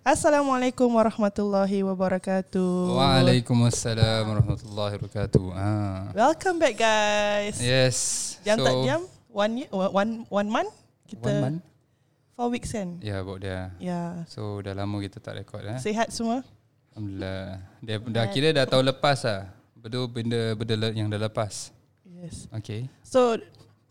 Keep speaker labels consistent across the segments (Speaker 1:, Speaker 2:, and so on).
Speaker 1: Assalamualaikum warahmatullahi wabarakatuh.
Speaker 2: Waalaikumsalam warahmatullahi wabarakatuh. Ha.
Speaker 1: Welcome back guys.
Speaker 2: Yes.
Speaker 1: Jam tak jam one year, one one month kita
Speaker 2: One month.
Speaker 1: four weeks kan.
Speaker 2: Ya, yeah, about dia.
Speaker 1: Ya.
Speaker 2: So dah lama kita tak rekod eh.
Speaker 1: Sihat semua?
Speaker 2: Alhamdulillah. Dia dah kira dah tahun lepas lah. Betul benda benda le- yang dah lepas.
Speaker 1: Yes.
Speaker 2: Okay.
Speaker 1: So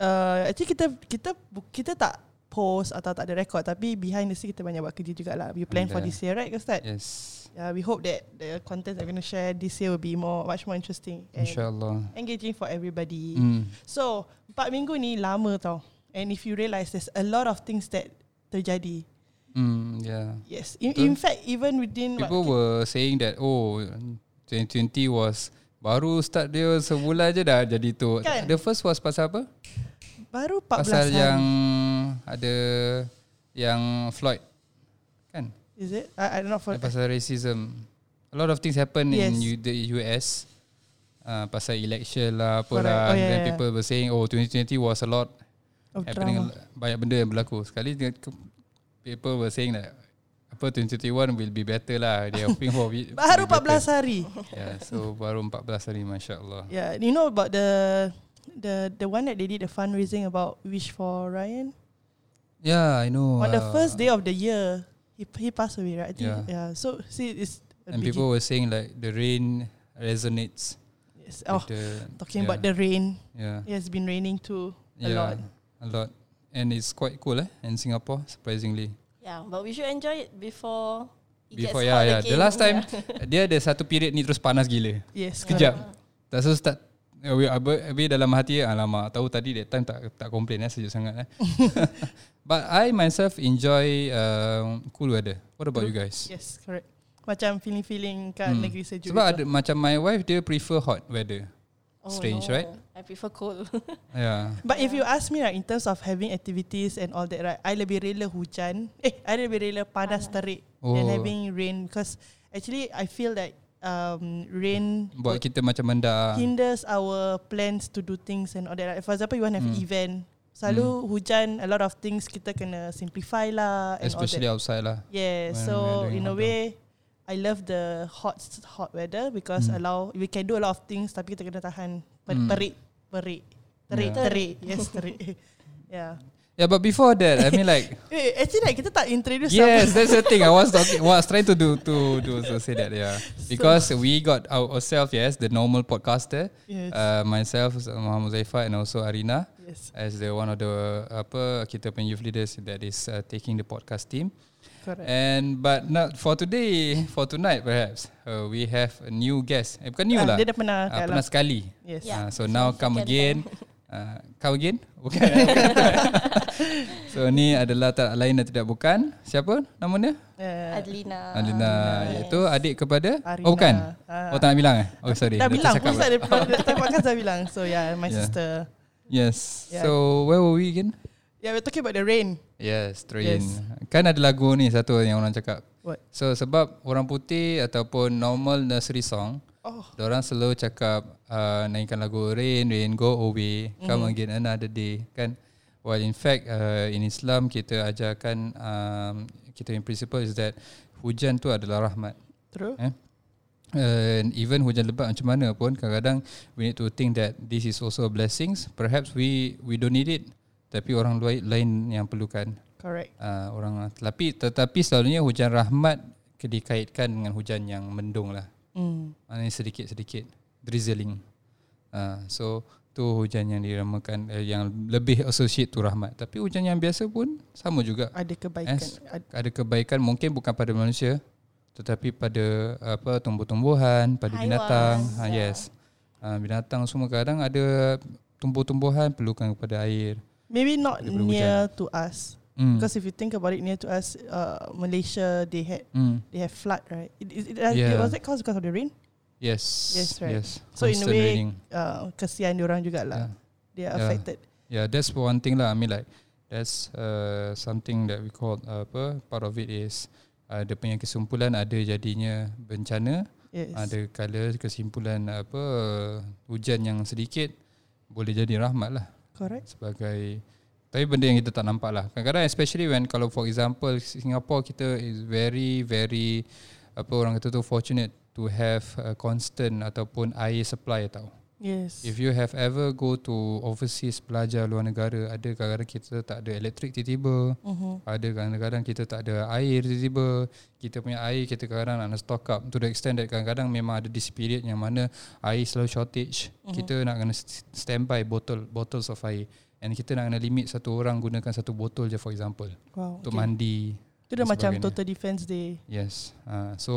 Speaker 1: uh, actually kita kita bu- kita tak post atau tak ada record tapi behind the scene kita banyak buat kerja jugalah. We plan for
Speaker 2: Alhamdulillah.
Speaker 1: this year right Ustaz? Yeah.
Speaker 2: Yes.
Speaker 1: Uh, we hope that the content that we're going to share this year will be more much more interesting and
Speaker 2: InsyaAllah.
Speaker 1: engaging for everybody.
Speaker 2: Hmm.
Speaker 1: So, empat minggu ni lama tau. And if you realise there's a lot of things that terjadi.
Speaker 2: Hmm, yeah.
Speaker 1: Yes. In,
Speaker 2: Betul.
Speaker 1: in fact, even within what,
Speaker 2: People were saying that oh 2020 was baru start dia sebulan je dah jadi tu.
Speaker 1: Kan?
Speaker 2: The first was pasal apa?
Speaker 1: baru 14
Speaker 2: pasal
Speaker 1: hari.
Speaker 2: yang ada yang Floyd kan?
Speaker 1: Is it? I, I don't know. For,
Speaker 2: Yang Eh, pasal racism. A lot of things happen
Speaker 1: Yes.
Speaker 2: in U, the US. Uh, pasal election lah apa
Speaker 1: Correct.
Speaker 2: lah
Speaker 1: Oh, yeah,
Speaker 2: then
Speaker 1: yeah.
Speaker 2: people were saying oh 2020 was a lot
Speaker 1: of
Speaker 2: happening
Speaker 1: drama.
Speaker 2: banyak benda yang berlaku sekali dia- people were saying that apa 2021 will be better lah they are hoping for it
Speaker 1: Baru
Speaker 2: to be better.
Speaker 1: 14 hari.
Speaker 2: Yeah, so baru 14 hari masya-Allah.
Speaker 1: Yeah. You know about the the the one that they did the fundraising about wish for Ryan
Speaker 2: Yeah, I know.
Speaker 1: on the
Speaker 2: uh,
Speaker 1: first day of the year he he passed away right I think yeah,
Speaker 2: Yeah.
Speaker 1: so see it's a
Speaker 2: and
Speaker 1: big-
Speaker 2: people were saying like the rain resonates.
Speaker 1: yes.
Speaker 2: with
Speaker 1: oh
Speaker 2: the,
Speaker 1: talking
Speaker 2: yeah,
Speaker 1: about the rain
Speaker 2: yeah,
Speaker 1: it has been raining too a
Speaker 2: yeah,
Speaker 1: lot
Speaker 2: a lot, and it's quite cool eh in Singapore surprisingly.
Speaker 3: Yeah, but we should enjoy it before it
Speaker 2: Before
Speaker 3: gets
Speaker 2: yeah
Speaker 3: hot
Speaker 2: yeah,
Speaker 3: again.
Speaker 2: the last time
Speaker 3: Yeah.
Speaker 2: dia ada satu period ni terus panas gila.
Speaker 1: yes
Speaker 2: Sekejap.
Speaker 3: Ah.
Speaker 2: Tak so start eh, Abi, abi dalam hati alamak tahu tadi that time tak tak complain eh sejuk sangat eh. But I myself enjoy um, cool weather. What about you guys?
Speaker 1: Yes, correct. Macam feeling-feeling kat hmm. negeri sejuk.
Speaker 2: Sebab
Speaker 1: tu.
Speaker 2: ada macam my wife dia prefer hot weather.
Speaker 3: Oh,
Speaker 2: Strange,
Speaker 3: no.
Speaker 2: right?
Speaker 3: I prefer cold.
Speaker 2: Yeah.
Speaker 1: But if you ask me right, in terms of having activities and all that right, I lebih rela hujan. Eh, I lebih rela panas terik oh. than
Speaker 2: Oh.
Speaker 1: having rain because actually I feel that um, rain
Speaker 2: Buat kita ah. macam menda.
Speaker 1: hinders our plans to do things and all that. Like, for example, you want to have
Speaker 2: Hmm.
Speaker 1: event. Selalu hujan, a lot of things kita kena simplify lah and
Speaker 2: Especially
Speaker 1: all that.
Speaker 2: outside lah.
Speaker 1: Yeah,
Speaker 2: when
Speaker 1: so
Speaker 2: we're
Speaker 1: in
Speaker 2: doing
Speaker 1: a
Speaker 2: outdoor.
Speaker 1: way, I love the hot hot weather because
Speaker 2: Hmm.
Speaker 1: allow we can do a lot of things tapi kita kena tahan per,
Speaker 2: Hmm.
Speaker 1: terik terik terik
Speaker 2: Yeah.
Speaker 1: terik yes terik yeah
Speaker 2: Yeah, but before that, I mean like
Speaker 1: Wait, actually like, kita tak introduce
Speaker 2: yes, that's the thing I was talking. was trying to do to do to say that yeah, because we got our- ourselves yes, the normal podcaster,
Speaker 1: Yes.
Speaker 2: uh, myself Muhammad Zaifa and also Arina
Speaker 1: yes
Speaker 2: as the one of the apa kita punya youth leaders that is uh, taking the podcast team. eh,
Speaker 1: correct
Speaker 2: And but not for today, for tonight perhaps uh, we have a new guest. Eh, bukan new
Speaker 1: Ah,
Speaker 2: lah.
Speaker 1: dia dah pernah
Speaker 2: Ah,
Speaker 1: kat lah.
Speaker 2: pernah sekali.
Speaker 1: yes
Speaker 2: Ah,
Speaker 3: Yeah.
Speaker 2: so now
Speaker 3: So,
Speaker 2: come
Speaker 3: second
Speaker 2: again. Uh, come again? Bukan. so ni adalah tak lain dan tidak bukan. Siapa nama dia?
Speaker 1: yeah.
Speaker 3: Adelina.
Speaker 2: Alina. Iaitu adik kepada?
Speaker 1: Eh,
Speaker 2: Oh
Speaker 1: Ah, Arina.
Speaker 2: bukan.
Speaker 1: Ah.
Speaker 2: Oh tak nak bilang eh? Oh sorry.
Speaker 1: dah bilang
Speaker 2: tercakap
Speaker 1: pun
Speaker 2: pula.
Speaker 1: kan, saya dah podcast dah bilang so yeah my
Speaker 2: Yeah.
Speaker 1: sister
Speaker 2: Yes.
Speaker 1: Yeah.
Speaker 2: So where were we again?
Speaker 1: yeah we're talking about the rain
Speaker 2: Yes, train.
Speaker 1: Yes.
Speaker 2: Kan ada lagu ni satu yang orang cakap.
Speaker 1: what
Speaker 2: So sebab orang putih ataupun normal nursery song,
Speaker 1: oh
Speaker 2: Diorang selalu cakap uh, naikkan lagu Rain, Rain, Go Away, Come
Speaker 1: Mhm.
Speaker 2: Again Another Day kan. While in fact uh, in Islam kita ajarkan um, kita in principle is that hujan tu adalah rahmat.
Speaker 1: true
Speaker 2: Eh? And even hujan lebat macam mana pun kadang-kadang we need to think that this is also a blessings. Perhaps we we don't need it tapi orang lain lain yang perlukan
Speaker 1: correct
Speaker 2: uh, orang tapi tetapi selalunya hujan rahmat dikaitkan dengan hujan yang mendung lah
Speaker 1: mm.
Speaker 2: ini sedikit-sedikit drizzling. Uh, so tu hujan yang diramakan eh, yang lebih associate tu rahmat. Tapi hujan yang biasa pun sama juga.
Speaker 1: ada kebaikan
Speaker 2: As,
Speaker 1: Ad-
Speaker 2: ada kebaikan mungkin bukan pada manusia tetapi pada apa tumbuh-tumbuhan, pada
Speaker 3: Haiwan,
Speaker 2: binatang. Ha
Speaker 3: ya.
Speaker 2: yes. Uh, binatang semua kadang ada tumbuh-tumbuhan perlukan kepada air.
Speaker 1: maybe not
Speaker 2: daripada
Speaker 1: near to us
Speaker 2: Hmm.
Speaker 1: Because if you think about it, near to us, uh, Malaysia, they had
Speaker 2: Hmm.
Speaker 1: they have flood, right? It, it, it, uh,
Speaker 2: Yeah.
Speaker 1: was it caused because of the rain?
Speaker 2: Yes.
Speaker 1: Yes, right.
Speaker 2: Yes.
Speaker 1: So in a
Speaker 2: Constant
Speaker 1: way,
Speaker 2: raining.
Speaker 1: Uh, kesian diorang jugalah.
Speaker 2: Yeah.
Speaker 1: They are
Speaker 2: Yeah.
Speaker 1: affected.
Speaker 2: Yeah, that's one thing lah. I mean like that's uh, something that we call uh, apa part of it is uh, dia punya kesimpulan ada jadinya bencana,
Speaker 1: Yes.
Speaker 2: ada kala kesimpulan apa hujan yang sedikit boleh jadi rahmat lah
Speaker 1: Correct.
Speaker 2: sebagai Tapi benda yang kita tak nampak lah. Kadang-kadang especially when kalau for example Singapore kita is very very apa orang kata tu fortunate to have a constant ataupun air supply tau.
Speaker 1: Yes.
Speaker 2: If you have ever go to overseas belajar luar negara, ada kadang-kadang kita tak ada elektrik tiba-tiba,
Speaker 1: Mhm.
Speaker 2: ada kadang-kadang kita tak ada air tiba-tiba, kita punya air kita kadang-kadang nak stock up to the extent that kadang-kadang memang ada this period yang mana air selalu
Speaker 1: Mhm.
Speaker 2: shortage. Mm-hmm. Kita nak kena s- standby botol bottles of air and kita nak kena limit satu orang gunakan satu botol je for example
Speaker 1: Wow.
Speaker 2: untuk mandi.
Speaker 1: Itu dah
Speaker 2: dan
Speaker 1: macam
Speaker 2: sebagainya.
Speaker 1: total defense day.
Speaker 2: Yes. Uh, so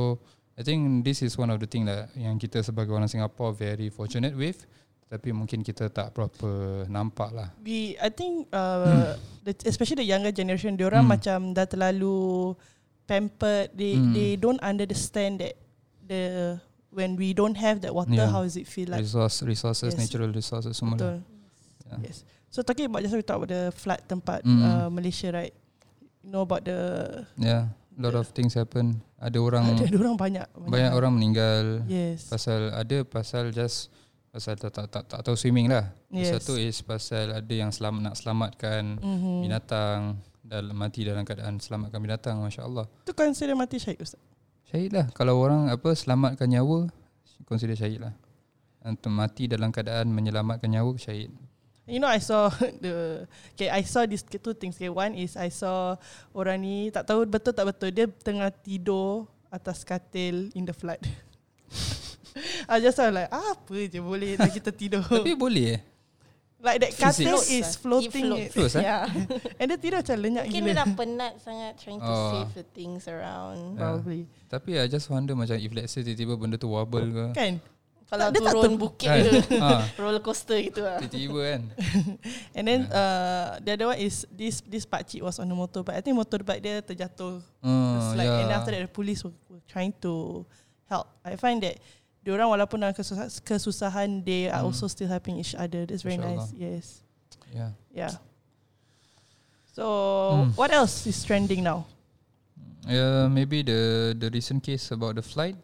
Speaker 2: I think this is one of the thing lah yang kita sebagai orang Singapore very fortunate with tapi mungkin kita tak proper nampak lah.
Speaker 1: We I think uh, the, especially the younger generation dia orang
Speaker 2: Hmm.
Speaker 1: macam dah terlalu pampered. They
Speaker 2: Hmm.
Speaker 1: they don't understand that the when we don't have that water
Speaker 2: Yeah.
Speaker 1: how does it feel like?
Speaker 2: Resource, resources,
Speaker 1: Yes.
Speaker 2: natural resources semua lah.
Speaker 1: Betul. Yes. So talking about just we talk about the flood tempat
Speaker 2: Mm.
Speaker 1: uh, Malaysia right. You know about the
Speaker 2: Yeah. lot of things happen. Ada orang
Speaker 1: ada orang banyak
Speaker 2: banyak orang meninggal
Speaker 1: Yes.
Speaker 2: pasal ada pasal just pasal tak tak tak, tak tahu swimming lah.
Speaker 1: Yes.
Speaker 2: Satu is pasal ada yang selam, nak selamatkan
Speaker 1: Mhm.
Speaker 2: binatang dalam mati dalam keadaan selamatkan binatang masya-Allah.
Speaker 1: Itu consider mati syahid ustaz.
Speaker 2: Syahid lah Kalau orang apa selamatkan nyawa Consider syahid lah Untuk mati dalam keadaan menyelamatkan nyawa Syahid
Speaker 1: You know I saw the okay I saw these two things. Okay, one is I saw orang ni tak tahu betul tak betul dia tengah tidur atas katil in the flood. I just saw like ah, apa je boleh lah kita tidur.
Speaker 2: Tapi boleh eh
Speaker 1: like that katil
Speaker 2: Physics.
Speaker 1: is floating.
Speaker 3: It
Speaker 2: floats. Floats, eh?
Speaker 1: Yeah. And dia tidur macam lenyak
Speaker 3: Mungkin dia
Speaker 1: gila.
Speaker 3: dah penat sangat trying to
Speaker 2: Oh.
Speaker 3: save the things around.
Speaker 2: Yeah.
Speaker 1: Probably.
Speaker 2: Tapi I just wonder macam If let's say tiba-tiba benda tu wobble ke
Speaker 1: Kan?
Speaker 3: Kalau
Speaker 1: Tak, dia tak
Speaker 3: turun
Speaker 1: ter-
Speaker 3: bukit
Speaker 2: Kan?
Speaker 3: ke
Speaker 2: ha,
Speaker 3: roller coaster gitu lah.
Speaker 2: Tiba-tiba kan
Speaker 1: And then uh, the other one is this this pakcik was on a motorbike. I think motorbike dia terjatuh
Speaker 2: hmm,
Speaker 1: It's like,
Speaker 2: yeah.
Speaker 1: And after that, the police were, were trying to help. I find that diorang walaupun dalam kesusah, kesusahan, they are
Speaker 2: Hmm.
Speaker 1: also still helping each other. That's very
Speaker 2: Masya
Speaker 1: nice. Yes.
Speaker 2: yeah.
Speaker 1: Yeah. So,
Speaker 2: Hmm.
Speaker 1: what else is trending now?
Speaker 2: yeah, Ya, Maybe the the recent case About the flight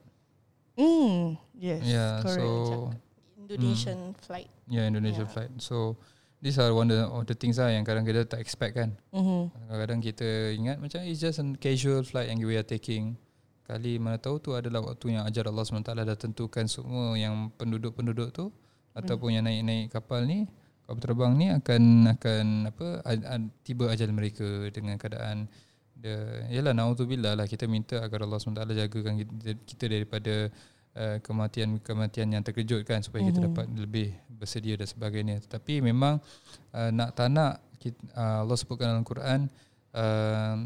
Speaker 1: Mm, yes.
Speaker 2: Yeah
Speaker 1: correct.
Speaker 2: So
Speaker 3: Indonesian
Speaker 2: Hmm.
Speaker 3: flight.
Speaker 2: Yeah Indonesia
Speaker 3: Yeah.
Speaker 2: flight So These are one of the things lah Yang kadang kita tak expect kan
Speaker 1: Mhm.
Speaker 2: Kadang-kadang kita ingat macam it's just a casual flight yang we are taking. Kali mana tahu tu adalah waktu yang ajar Allah SWT dah tentukan semua yang penduduk-penduduk tu ataupun yang naik-naik kapal ni, kapal terbang ni akan akan apa ad, ad, tiba ajal mereka dengan keadaan the yalah naudzubillah lah kita minta agar Allah SWT jagakan kita, kita daripada uh, kematian-kematian yang terkejutkan supaya kita
Speaker 1: Mhm.
Speaker 2: dapat lebih bersedia dan sebagainya. Tetapi memang uh, nak tak nak kita, uh, Allah sebutkan dalam Quran uh,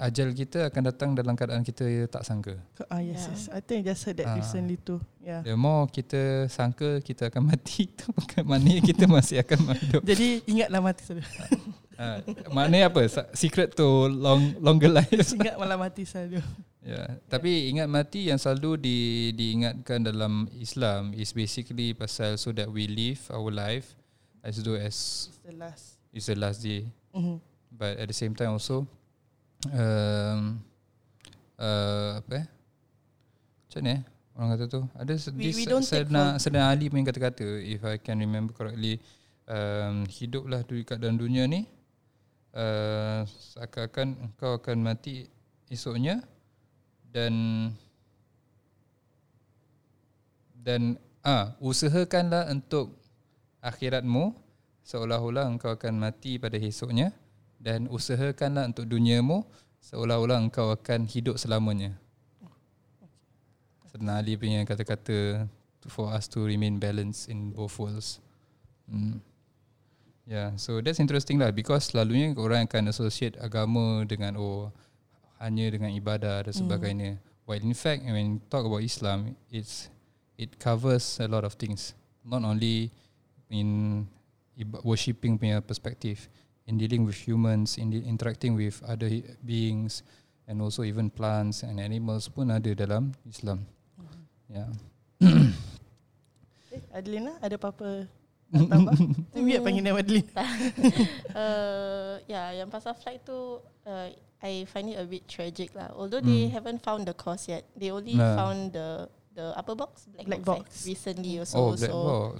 Speaker 2: ajal kita akan datang dalam keadaan kita tak sangka.
Speaker 1: Co- Ah, yes,
Speaker 3: Yeah.
Speaker 1: yes. I think I just heard that
Speaker 2: Ah.
Speaker 1: recently too. Yeah.
Speaker 2: The more kita sangka kita akan mati itu bukan maknanya kita masih akan hidup.
Speaker 1: Jadi ingatlah mati selalu.
Speaker 2: Uh, maknanya apa? Sa- Secret to long longer life.
Speaker 1: Ingat malam mati selalu.
Speaker 2: Ya, tapi ingat mati yang selalu di, diingatkan dalam Islam is basically pasal so that we live our life as though as
Speaker 1: It's the last.
Speaker 2: is the last day.
Speaker 1: Mhm.
Speaker 2: But at the same time also um, uh, apa eh? Macam mana eh? Orang kata tu ada se-
Speaker 1: We-
Speaker 2: this
Speaker 1: we don't take
Speaker 2: Sedna, Sedna Ali punya kata-kata if I can remember correctly um, hiduplah du- kat dalam dunia ni uh, seakan-akan engkau akan mati esoknya dan dan ah usahakanlah untuk akhiratmu seolah-olah engkau akan mati pada esoknya dan usahakanlah untuk duniamu seolah-olah engkau akan hidup selamanya. Sedna Ali punya kata-kata to- for us to remain balanced in both worlds. Hmm. Yeah, so that's interesting lah because selalunya orang akan associate agama dengan oh hanya dengan ibadah dan sebagainya. While in fact when you talk about Islam, it's it covers a lot of things. Not only in iba- worshipping punya perspective, in dealing with humans, in de- interacting with other hi- beings and also even plants and animals pun ada dalam Islam.
Speaker 1: Mm-hmm.
Speaker 2: Yeah.
Speaker 1: Eh, Adelina, ada apa-apa nak tambah? Itu weird panggil nama Adelina.
Speaker 3: Uh, yeah, yang pasal flight tu, uh, I find it a bit tragic lah. Although they
Speaker 2: Mm.
Speaker 3: haven't found the cause yet. They only
Speaker 2: Nah.
Speaker 3: found the the upper box, black,
Speaker 1: Black box.
Speaker 3: box,
Speaker 1: Hmm.
Speaker 3: eh, recently also.
Speaker 2: oh, black
Speaker 3: so
Speaker 2: box.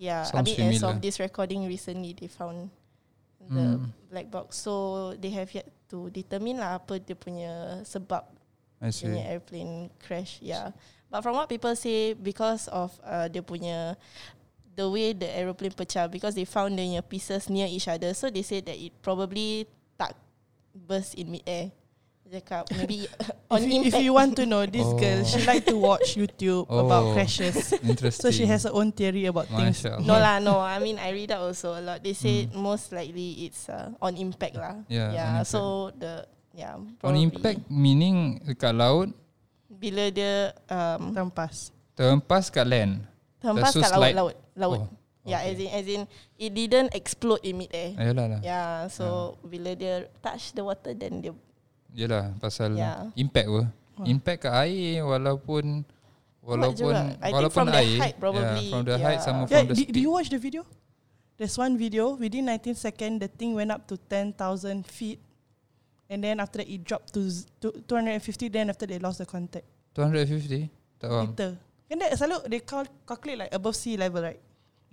Speaker 3: yeah, I
Speaker 2: Sounds
Speaker 3: mean as
Speaker 2: familiar.
Speaker 3: of this recording recently, they found the
Speaker 1: Hmm.
Speaker 3: black box. So they have yet to determine lah apa dia punya sebab
Speaker 2: I
Speaker 3: dia punya
Speaker 2: see.
Speaker 3: airplane crash. Yeah, but from what people say, because of uh, dia punya the way the aeroplane pecah, because they found the pieces near each other, so they say that it probably tak burst in midair. Dia Cakap maybe on
Speaker 1: if, you,
Speaker 3: impact.
Speaker 1: if you want to know, this
Speaker 2: Oh.
Speaker 1: girl she like to watch YouTube
Speaker 2: Oh.
Speaker 1: about crashes,
Speaker 2: Interesting.
Speaker 1: so she has her own theory about things.
Speaker 2: Masya
Speaker 3: No lah, no. I mean, I read out also a lot. They say most likely it's uh, on impact lah.
Speaker 2: Hmm. Yeah, on
Speaker 3: Yeah.
Speaker 2: impact.
Speaker 3: So the yeah.
Speaker 2: On
Speaker 3: probably
Speaker 2: impact meaning dekat laut
Speaker 3: bila dia um,
Speaker 1: Rampas.
Speaker 2: terhempas kat land.
Speaker 3: terhempas
Speaker 2: so
Speaker 3: kat laut,
Speaker 2: slide.
Speaker 3: laut, laut.
Speaker 2: Oh,
Speaker 3: Yeah, as in as in it didn't explode in midair.
Speaker 2: Ayolah lah.
Speaker 3: Yeah. So bila dia touch the water, then dia
Speaker 2: Yelah pasal
Speaker 3: Yeah.
Speaker 2: impact apa. Impact kat air walaupun walaupun
Speaker 3: juga. I think
Speaker 2: walaupun
Speaker 3: from the
Speaker 2: air.
Speaker 3: height probably,
Speaker 2: Yeah, from the height
Speaker 3: yeah.
Speaker 2: sama
Speaker 1: Yeah,
Speaker 2: from the
Speaker 1: do, do
Speaker 2: speed.
Speaker 1: you watch the video? There's one video within 19 seconds, the thing went up to 10,000 feet, and then after that it dropped to z- to 250. Then after they lost the contact
Speaker 2: 250? Tak faham.
Speaker 1: meter. And that selalu they cal- calculate like above sea level, right?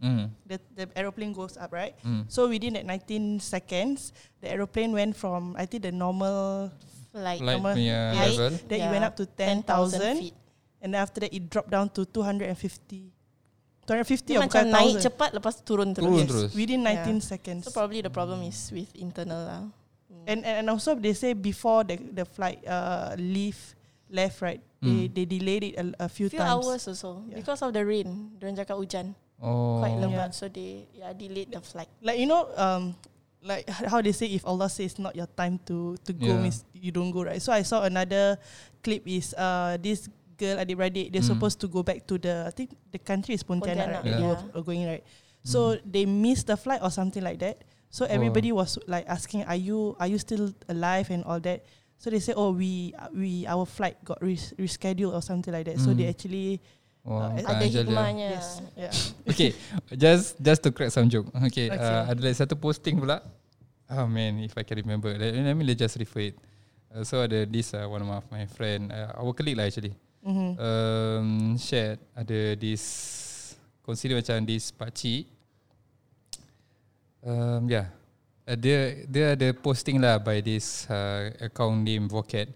Speaker 2: Hmm.
Speaker 1: The the aeroplane goes up, right?
Speaker 2: Hmm.
Speaker 1: So within that 19 seconds, the aeroplane went from I think the normal
Speaker 3: like
Speaker 2: Light
Speaker 1: normal
Speaker 2: punya
Speaker 1: height.
Speaker 2: uh, level.
Speaker 1: then it went up
Speaker 3: Yeah.
Speaker 1: to 10,000
Speaker 3: feet.
Speaker 1: and then after that it dropped down to 250. 250
Speaker 3: Dia
Speaker 1: or
Speaker 3: macam
Speaker 1: bukan
Speaker 3: naik
Speaker 1: 1000.
Speaker 3: cepat lepas turun terus.
Speaker 2: Turun terus.
Speaker 1: Within 19 seconds.
Speaker 3: So probably the problem is with internal lah.
Speaker 1: And, and and also they say before the the flight uh leave left right they
Speaker 2: Mm.
Speaker 1: they delayed it a, a few,
Speaker 3: Few,
Speaker 1: times.
Speaker 3: hours also
Speaker 1: Yeah.
Speaker 3: because of the rain. Dia cakap hujan.
Speaker 2: Oh.
Speaker 3: quite
Speaker 1: long. Yeah.
Speaker 3: lebat so they yeah delayed the flight.
Speaker 1: Like you know um like how they say if Allah says not your time to to go
Speaker 2: Yeah.
Speaker 1: means you don't go right. So I saw another clip is uh this girl adik-beradik they're
Speaker 2: Mm.
Speaker 1: supposed to go back to the I think the country is Pontianak,
Speaker 3: Pontianak,
Speaker 1: right? that They were
Speaker 3: yeah.
Speaker 1: were going right.
Speaker 2: Mm.
Speaker 1: So they missed the flight or something like that. So everybody was like asking, "Are you are you still alive and all that?" So they say, "Oh, we we our flight got res- rescheduled or something like that." So they
Speaker 2: Mm.
Speaker 1: actually
Speaker 2: Wah,
Speaker 1: Uh,
Speaker 2: kurang ajar
Speaker 3: Ada
Speaker 2: dia.
Speaker 3: hikmahnya.
Speaker 1: yes yeah.
Speaker 2: Okay, just just to crack some joke. Okay,
Speaker 1: Okay.
Speaker 2: Uh, ada lagi satu posting pula. Oh man, if I can remember. Let, let me just refer it. Uh, so ada this uh, one of my friend, uh, our colleague lah actually.
Speaker 1: Mhm.
Speaker 2: Um, shared ada this consider macam this pakcik. Um, yeah. Uh, dia dia ada posting lah by this uh, account name Vocat.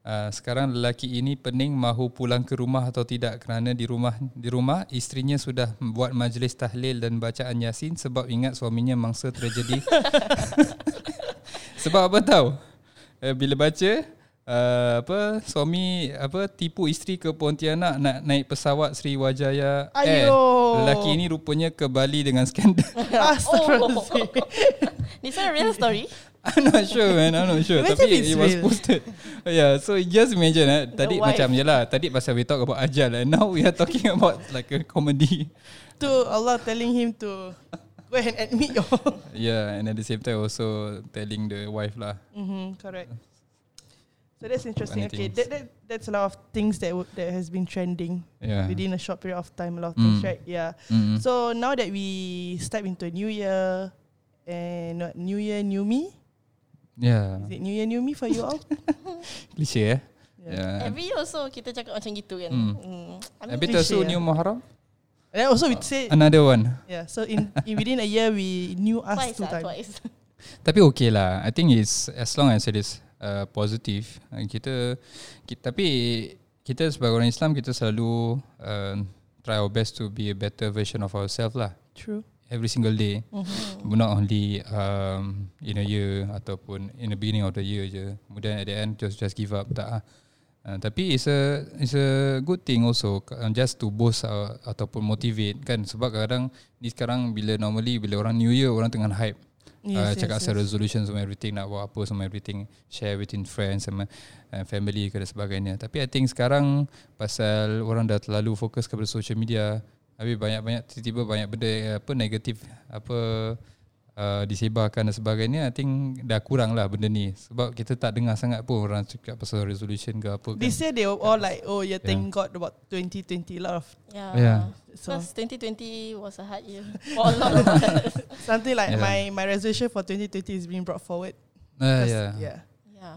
Speaker 2: Uh, sekarang lelaki ini pening mahu pulang ke rumah atau tidak kerana di rumah di rumah isterinya sudah buat majlis tahlil dan bacaan yasin sebab ingat suaminya mangsa tragedi. sebab apa tahu? Uh, bila baca uh, apa suami apa tipu isteri ke Pontianak nak naik pesawat Sriwijaya
Speaker 1: Ayo.
Speaker 2: Air. Eh, Lelaki ini rupanya ke Bali dengan skandal.
Speaker 1: Astaghfirullahalazim.
Speaker 3: Oh. This one a real story.
Speaker 2: I'm not sure man I'm not sure
Speaker 1: Imagine
Speaker 2: Tapi it,
Speaker 1: it's
Speaker 2: it was
Speaker 1: real.
Speaker 2: posted Oh, Yeah so you just imagine eh, Tadi
Speaker 3: wife.
Speaker 2: macam Yelah tadi pasal we talk about ajal And now we are talking about Like a comedy
Speaker 1: to Allah telling him to go ahead and admit your.
Speaker 2: Yeah and at the same time also Telling the wife lah
Speaker 1: Mhm, correct. So that's interesting.
Speaker 2: Funny
Speaker 1: Okay,
Speaker 2: things.
Speaker 1: that, that, that's a lot of things that w- that has been trending
Speaker 2: Yeah
Speaker 1: within a short period of time. A lot of things,
Speaker 2: Mm.
Speaker 1: right? Yeah.
Speaker 2: mm.
Speaker 1: So now that we step into a new year and what, new year, new me.
Speaker 2: Yeah
Speaker 1: Is it new year, new me for you all?
Speaker 2: Cliche eh
Speaker 1: Yeah.
Speaker 2: Yeah,
Speaker 3: Every year also kita cakap macam gitu kan.
Speaker 2: Hmm.
Speaker 3: Hmm. I mean,
Speaker 2: Habis tu
Speaker 1: cliche,
Speaker 2: so new
Speaker 1: yeah.
Speaker 2: Muharram
Speaker 1: And then also we
Speaker 2: Uh,
Speaker 1: say
Speaker 2: Another one
Speaker 1: yeah. So in, in within a year we knew us
Speaker 3: twice
Speaker 1: two
Speaker 3: lah,
Speaker 1: times.
Speaker 3: twice.
Speaker 2: Tapi okay lah. I think it's as long as it is uh, positive. Uh, kita, kita tapi kita sebagai orang Islam kita selalu uh, try our best to be a better version of ourselves lah.
Speaker 1: True.
Speaker 2: Every single day. Mm-hmm. Not only um, in a year ataupun in the beginning of the year je. Kemudian at the end just just give up tak ah. Uh, tapi it's a it's a good thing also uh, just to boost uh, ataupun motivate kan sebab kadang ni sekarang bila normally bila orang new year orang tengah hype yes, uh, cakap yes, asal yes. resolution sama everything nak buat apa sama everything share within friends sama uh, family ke dan sebagainya tapi I think sekarang pasal orang dah terlalu fokus kepada social media habis banyak-banyak tiba-tiba banyak benda eh, apa negatif apa uh, disebarkan dan sebagainya I think dah kurang lah benda ni sebab kita tak dengar sangat pun orang cakap pasal resolution ke apa kan
Speaker 1: This year they were all like, oh yeah, thank God about 2020. A lot of
Speaker 3: Yeah.
Speaker 2: Yeah.
Speaker 1: So-
Speaker 3: Because 2020 was a hard year for a lot of us.
Speaker 1: something like
Speaker 2: Yeah.
Speaker 1: my my resolution for 2020 is being brought forward.
Speaker 2: ah,
Speaker 1: Because-
Speaker 2: ya yeah.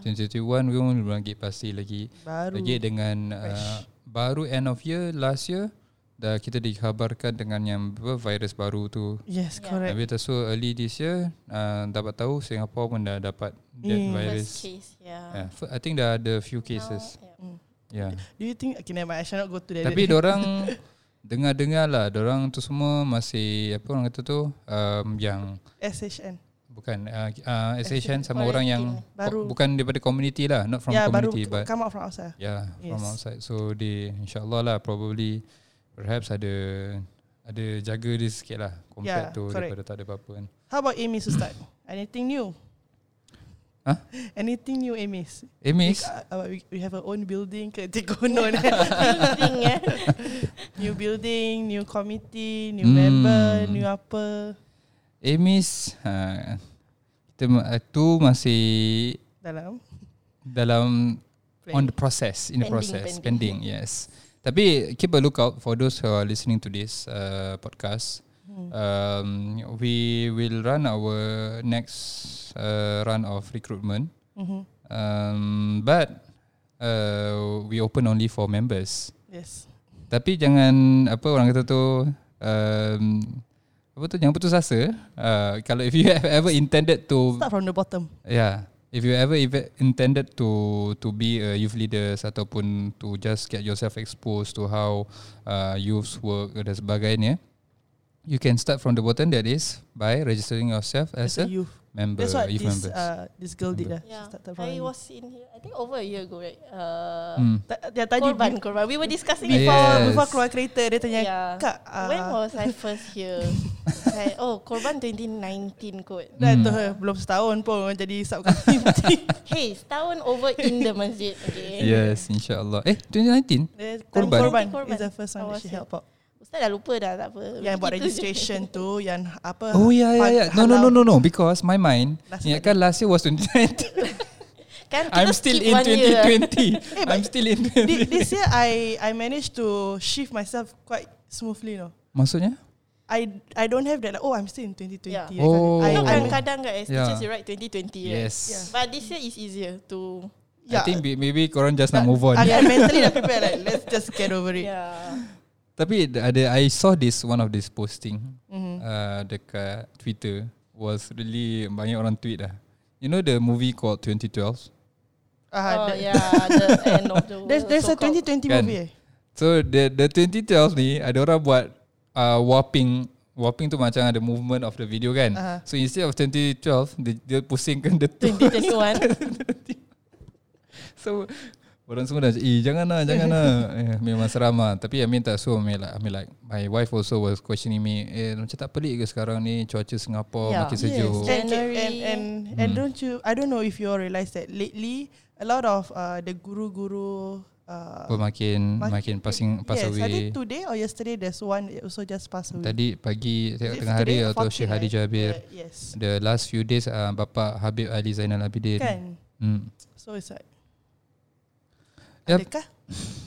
Speaker 1: yeah.
Speaker 2: 2021 pun belum lagi pasti lagi
Speaker 1: Baru.
Speaker 2: Lagi dengan uh,
Speaker 1: Fresh.
Speaker 2: baru end of year last year dah kita dikhabarkan dengan yang apa, virus baru tu.
Speaker 1: Yes,
Speaker 3: Yeah.
Speaker 1: correct.
Speaker 2: Habis tu so early this year uh, dapat tahu Singapore pun dah dapat that
Speaker 1: Mm.
Speaker 2: virus.
Speaker 3: First case, yeah.
Speaker 2: Yeah, f- I think dah ada few cases.
Speaker 3: Now,
Speaker 2: Yeah.
Speaker 3: yeah.
Speaker 1: Do you think okay, never mind, I shall not go to that.
Speaker 2: Tapi orang dengar-dengar lah, orang tu semua masih apa orang kata tu um, yang
Speaker 1: SHN.
Speaker 2: bukan uh, uh, SHN sama
Speaker 3: Quarantine. Ya,
Speaker 2: orang yang
Speaker 1: Baru.
Speaker 2: baru. bukan daripada community lah, not from
Speaker 1: yeah,
Speaker 2: community
Speaker 1: baru
Speaker 2: but
Speaker 1: come out from outside.
Speaker 2: yeah, Ya, from
Speaker 1: Yes.
Speaker 2: outside. So they insyaallah lah probably perhaps ada ada jaga dia sikit lah
Speaker 1: Yeah,
Speaker 2: compared yeah, to
Speaker 1: correct.
Speaker 2: daripada tak ada apa-apa kan.
Speaker 1: How about Amy's to start? Anything new?
Speaker 2: Huh?
Speaker 1: Anything new, Amy's?
Speaker 2: Amis,
Speaker 1: Uh, we, we have our own building. ke? Take on no,
Speaker 3: Building, eh.
Speaker 1: new building, new committee, new
Speaker 2: Hmm.
Speaker 1: member, new apa.
Speaker 2: Amis ha, kita ma- uh, tu masih
Speaker 1: Dalam.
Speaker 2: dalam
Speaker 1: plan.
Speaker 2: on the process in the
Speaker 3: Pending,
Speaker 2: process
Speaker 3: pending.
Speaker 2: pending, yes tapi keep a lookout for those who are listening to this uh, podcast um, we will run our next uh, run of recruitment
Speaker 1: Mhm.
Speaker 2: um, but uh, we open only for members
Speaker 1: Yes.
Speaker 2: tapi jangan apa orang kata tu um, apa tu jangan putus asa uh, kalau if you have ever intended to
Speaker 1: Start from the bottom.
Speaker 2: Yeah. If you ever ev- intended to to be a youth leaders ataupun to just get yourself exposed to how uh, youths work dan sebagainya, you can start from the bottom that is by registering yourself as
Speaker 1: As a
Speaker 2: a
Speaker 1: youth.
Speaker 2: member,
Speaker 1: That's what
Speaker 2: youth
Speaker 1: this
Speaker 2: member.
Speaker 1: uh, this girl did lah. She
Speaker 3: yeah.
Speaker 1: started from
Speaker 3: I was in here, I think over a year ago, right? Uh,
Speaker 2: Hmm.
Speaker 1: Ta- dia tadi
Speaker 3: Korban, korban. We were discussing
Speaker 1: before
Speaker 2: Yes.
Speaker 1: before keluar kereta dia tanya
Speaker 3: Yeah.
Speaker 1: kak uh,
Speaker 3: When was I first here? like, oh, Korban 2019 kot.
Speaker 1: Dah
Speaker 2: Hmm.
Speaker 1: tu eh, belum setahun pun jadi sub committee.
Speaker 3: Hey, setahun over in the masjid. Okay.
Speaker 2: Yes, insyaallah. Eh, 2019.
Speaker 1: Dia tanya
Speaker 2: Korban.
Speaker 1: korban. is
Speaker 3: Korban.
Speaker 1: the first one
Speaker 3: I
Speaker 1: that
Speaker 3: was
Speaker 1: she
Speaker 3: here.
Speaker 1: help out.
Speaker 3: Ustaz dah lupa dah, tak apa.
Speaker 1: Yang buat
Speaker 3: Itu je.
Speaker 1: registration tu, yang apa?
Speaker 2: Oh yeah, yeah, yeah. No, no, no, no, no. Because my mind,
Speaker 1: Last
Speaker 2: yeah, kan last year was 2019.
Speaker 3: Kan kita
Speaker 2: I'm still
Speaker 3: skip
Speaker 2: in
Speaker 3: one year.
Speaker 2: 2020.
Speaker 1: Eh, but
Speaker 2: I'm still in.
Speaker 1: Thi- This year I I managed to shift myself quite smoothly, no.
Speaker 2: Maksudnya?
Speaker 1: I I don't have that like, oh I'm still in 2020.
Speaker 3: Yeah.
Speaker 1: that kind of- I,
Speaker 2: Oh.
Speaker 3: No,
Speaker 2: Oh.
Speaker 1: I,
Speaker 2: Kadang-kadang-
Speaker 3: Kan, kadang-kadang guys,
Speaker 2: Yeah.
Speaker 3: teachers you write 2020. right?
Speaker 2: Yes.
Speaker 1: Yeah.
Speaker 3: But this year is easier to...
Speaker 1: yeah.
Speaker 2: I think be- maybe korang just nak move on.
Speaker 1: I, I mentally dah prepare like let's just get over it.
Speaker 3: Yeah.
Speaker 2: Tapi ada I saw this one of this posting
Speaker 1: Mhm.
Speaker 2: mm-hmm. uh, dekat Twitter was really banyak orang tweet lah. You know the movie called 2012?
Speaker 1: Ah,
Speaker 3: Oh,
Speaker 1: that-
Speaker 3: yeah. The end of the world.
Speaker 1: There's there's a
Speaker 3: so-called.
Speaker 1: 2020
Speaker 2: Kan.
Speaker 1: movie. Eh?
Speaker 2: So the the 2012 ni ada orang buat uh, warping warping tu macam ada movement of the video kan.
Speaker 1: Aha.
Speaker 2: Uh-huh. So instead of 2012 dia, dia pusingkan the tu.
Speaker 3: 2021.
Speaker 2: so orang semua dah macam, eh jangan lah, jangan lah. eh, memang seram lah. Tapi I mean tak so, I mean, like, I mean like, my wife also was questioning me, eh macam tak pelik ke sekarang ni cuaca Singapore
Speaker 3: Yeah.
Speaker 1: Ya,
Speaker 2: yeah. makin sejuk.
Speaker 3: Yes.
Speaker 1: And, and
Speaker 3: January.
Speaker 1: and and
Speaker 2: Mm.
Speaker 1: don't you? I don't know if you all realize that lately a lot of uh, the guru guru. Uh,
Speaker 2: Pun makin
Speaker 1: Mak-
Speaker 2: makin passing pass
Speaker 1: yes, I
Speaker 2: away.
Speaker 1: think today or yesterday there's one that also just passed away.
Speaker 2: Tadi pagi
Speaker 1: Is it
Speaker 2: tengah hari
Speaker 1: today?
Speaker 2: atau
Speaker 1: 14,
Speaker 2: Syekh Hadi
Speaker 1: right?
Speaker 2: Jabir.
Speaker 1: Yeah, yes.
Speaker 2: The last few days uh, bapa Habib Ali Zainal Abidin.
Speaker 1: Kan.
Speaker 2: Hmm.
Speaker 1: So it's like.
Speaker 2: Yep.
Speaker 1: Adakah?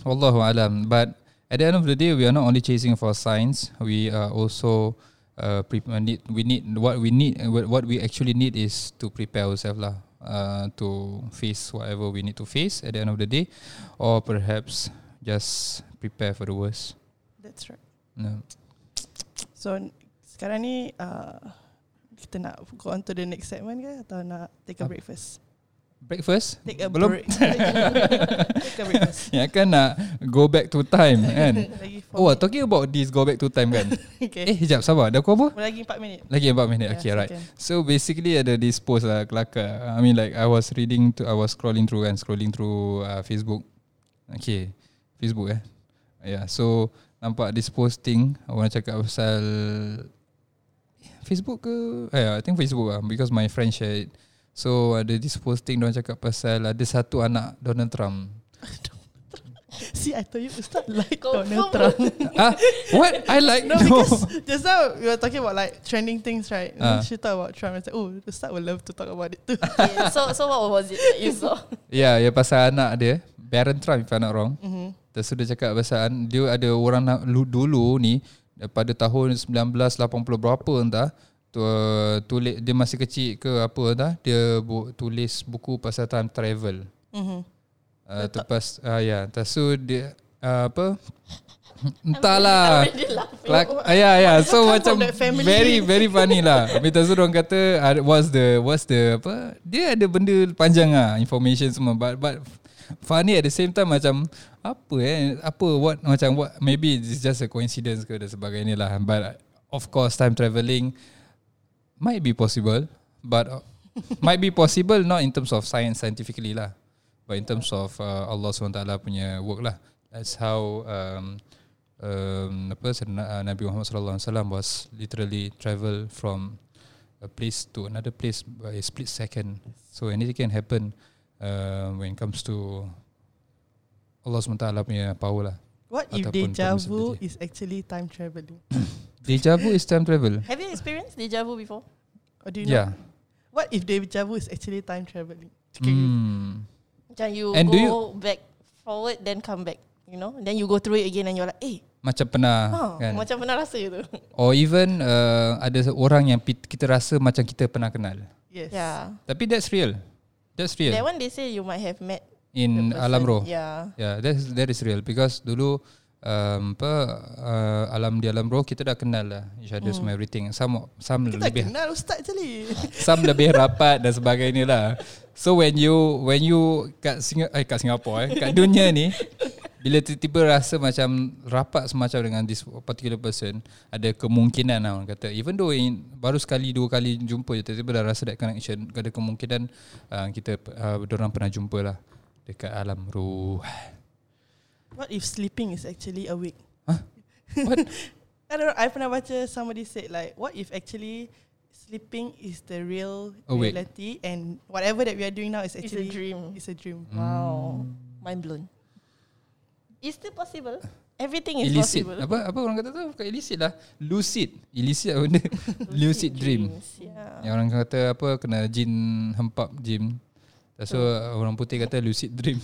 Speaker 2: Wallahu alam. But at the end of the day, we are not only chasing for science. We are also uh, pre- uh, need we need what we need uh, what what we actually need is to prepare ourselves lah uh, to face whatever we need to face at the end of the day, or perhaps just prepare for the worst.
Speaker 1: That's right.
Speaker 2: No.
Speaker 1: So sekarang ni uh, kita nak go on to the next segment ke atau nak take a
Speaker 2: Apa?
Speaker 1: break first?
Speaker 2: Breakfast?
Speaker 1: Take a
Speaker 2: Belum?
Speaker 1: break. take a break first.
Speaker 2: Ya kan nak go back to time kan.
Speaker 1: Lagi four
Speaker 2: Oh,
Speaker 1: minutes.
Speaker 2: talking about this go back to time kan.
Speaker 1: okay. Ya,
Speaker 2: eh, sekejap sabar. Dah pukul apa?
Speaker 1: Lagi 4 minit.
Speaker 2: Lagi about minute.
Speaker 1: Yeah,
Speaker 2: Okay, right.
Speaker 1: second.
Speaker 2: So basically ada this post lah kelakar. I mean like I was reading to I was scrolling through kan, scrolling through uh, Facebook. Okay. Facebook eh. Yeah, so nampak this posting orang cakap pasal Facebook ke? Eh, I think Facebook lah because my friend share it. So ada this posting orang cakap pasal ada satu anak Donald Trump.
Speaker 1: See, I told you, Ustaz like
Speaker 3: Confirm.
Speaker 1: Donald Trump.
Speaker 2: ah, what? I like
Speaker 1: No, because just now we were talking about like trending things, right? And then
Speaker 2: Ah.
Speaker 1: she talked about Trump. I said, oh, Ustaz would love to talk about it too.
Speaker 3: Okay, so, so what was it that you saw?
Speaker 2: Ya, yeah, ya pasal anak dia, Baron Trump if I'm not wrong.
Speaker 1: Mhm.
Speaker 2: Terus dia cakap pasal an- dia ada orang nak, lu- dulu ni pada tahun 1980 berapa entah tu, uh, tulis dia masih kecil ke apa entah dia bu, tulis buku pasal time travel. Ah,
Speaker 1: Mhm.
Speaker 2: Uh, terpas uh, ya, yeah. terus so dia uh, apa entahlah
Speaker 3: I'm already laughing.
Speaker 2: Like,
Speaker 1: Oh,
Speaker 2: uh, yeah, yeah. So
Speaker 1: Come
Speaker 2: macam
Speaker 1: from that family.
Speaker 2: very, very funny lah. Minta tu orang kata, uh, what's the, what's the apa? Dia ada benda panjang lah, information semua. But, but funny at the same time macam apa eh? Apa what macam what? Maybe it's just a coincidence ke dan sebagainya lah. But uh, of course, time travelling might be possible, but uh, might be possible not in terms of science scientifically lah, but in terms of uh, Allah SWT punya work lah. That's how um, um, apa Sayyidina- uh, Nabi Muhammad sallallahu alaihi wasallam was literally travel from a place to another place by a split second. So anything can happen uh, when it comes to Allah SWT punya power lah.
Speaker 1: What if
Speaker 2: Ataupun
Speaker 1: deja vu
Speaker 2: permissibility.
Speaker 1: is actually time traveling?
Speaker 2: Deja vu is time travel.
Speaker 3: Have you experienced deja vu before?
Speaker 1: Or do you know?
Speaker 2: Yeah.
Speaker 1: What if deja vu is actually time traveling? Mm.
Speaker 2: Hmm.
Speaker 3: Macam you
Speaker 2: And
Speaker 3: and
Speaker 2: do
Speaker 3: go
Speaker 2: you-
Speaker 3: back forward then come back. You know, then you go through it again and you're like, eh,
Speaker 2: Macam pernah
Speaker 1: Oh,
Speaker 3: huh,
Speaker 2: kan.
Speaker 3: macam pernah rasa tu.
Speaker 2: Or even uh, ada orang yang pi- kita rasa macam kita pernah kenal.
Speaker 1: Yes.
Speaker 3: Yeah.
Speaker 2: Tapi that's real. That's real.
Speaker 3: That one they say you might have met the
Speaker 2: In
Speaker 3: person.
Speaker 2: Mm, alam roh.
Speaker 3: Yeah.
Speaker 2: Yeah, that is that is real because dulu um, apa uh, alam di alam roh kita dah kenal lah each other
Speaker 3: Hmm.
Speaker 2: semua everything. Some some
Speaker 1: Kita
Speaker 2: lebih
Speaker 1: kenal ustaz actually.
Speaker 2: some lebih rapat dan sebagainya lah. So when you when you kat Singa, eh, kat Singapura eh kat dunia ni bila tiba-tiba rasa macam rapat semacam dengan this particular person ada kemungkinan lah orang kata even though in, baru sekali dua kali jumpa je tiba-tiba dah rasa that connection ada kemungkinan uh, kita uh, orang pernah jumpa lah dekat alam ruh.
Speaker 1: What if sleeping is actually awake?
Speaker 2: What?
Speaker 1: I don't know. I pernah baca somebody said like, what if actually sleeping is the real
Speaker 2: Awake.
Speaker 1: reality and whatever that we are doing now is
Speaker 3: It's a
Speaker 1: actually
Speaker 3: dream.
Speaker 1: It's a dream.
Speaker 2: Mm.
Speaker 3: Wow. Mind blown. It's still possible. Everything is
Speaker 2: illicit
Speaker 3: possible.
Speaker 2: apa apa orang kata tu bukan illicit lah lucid illicit apa benda lucid dream
Speaker 3: Dreams, Yeah.
Speaker 2: yang orang kata apa kena jin hempap jin so orang putih kata lucid dream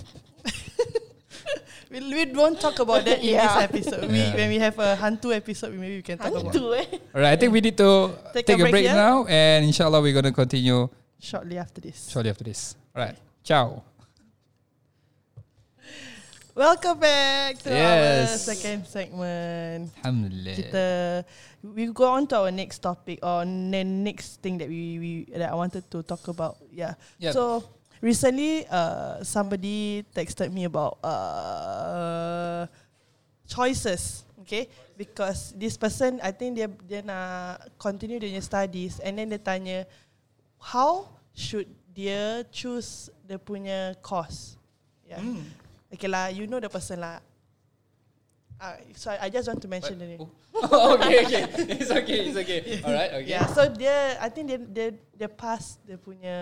Speaker 1: We, we won't talk about that in
Speaker 3: Yeah.
Speaker 1: this episode. We,
Speaker 2: Yeah.
Speaker 1: when we have a hantu episode, maybe we can talk about it
Speaker 3: Hantu eh.
Speaker 2: alright I think we need to take, a break,
Speaker 1: here.
Speaker 2: now and inshallah we're going to continue
Speaker 1: shortly after this.
Speaker 2: shortly after this alright ciao
Speaker 1: Welcome back to
Speaker 2: Yes.
Speaker 1: our second segment.
Speaker 2: alhamdulillah
Speaker 1: Kita we go on to our next topic or the next thing that we, we that I wanted to talk about. Yeah.
Speaker 2: Yep.
Speaker 1: So recently, uh, somebody texted me about uh, choices. Okay, because this person, I think dia dia nak continue dia punya studies, and then dia tanya, how should dia choose dia punya course? Yeah. Okay lah, you know the person lah. Uh, so I I just want to mention the name.
Speaker 2: oh, okay okay it's okay it's okay alright okay
Speaker 1: Yeah, so dia I think dia dia dia pass dia punya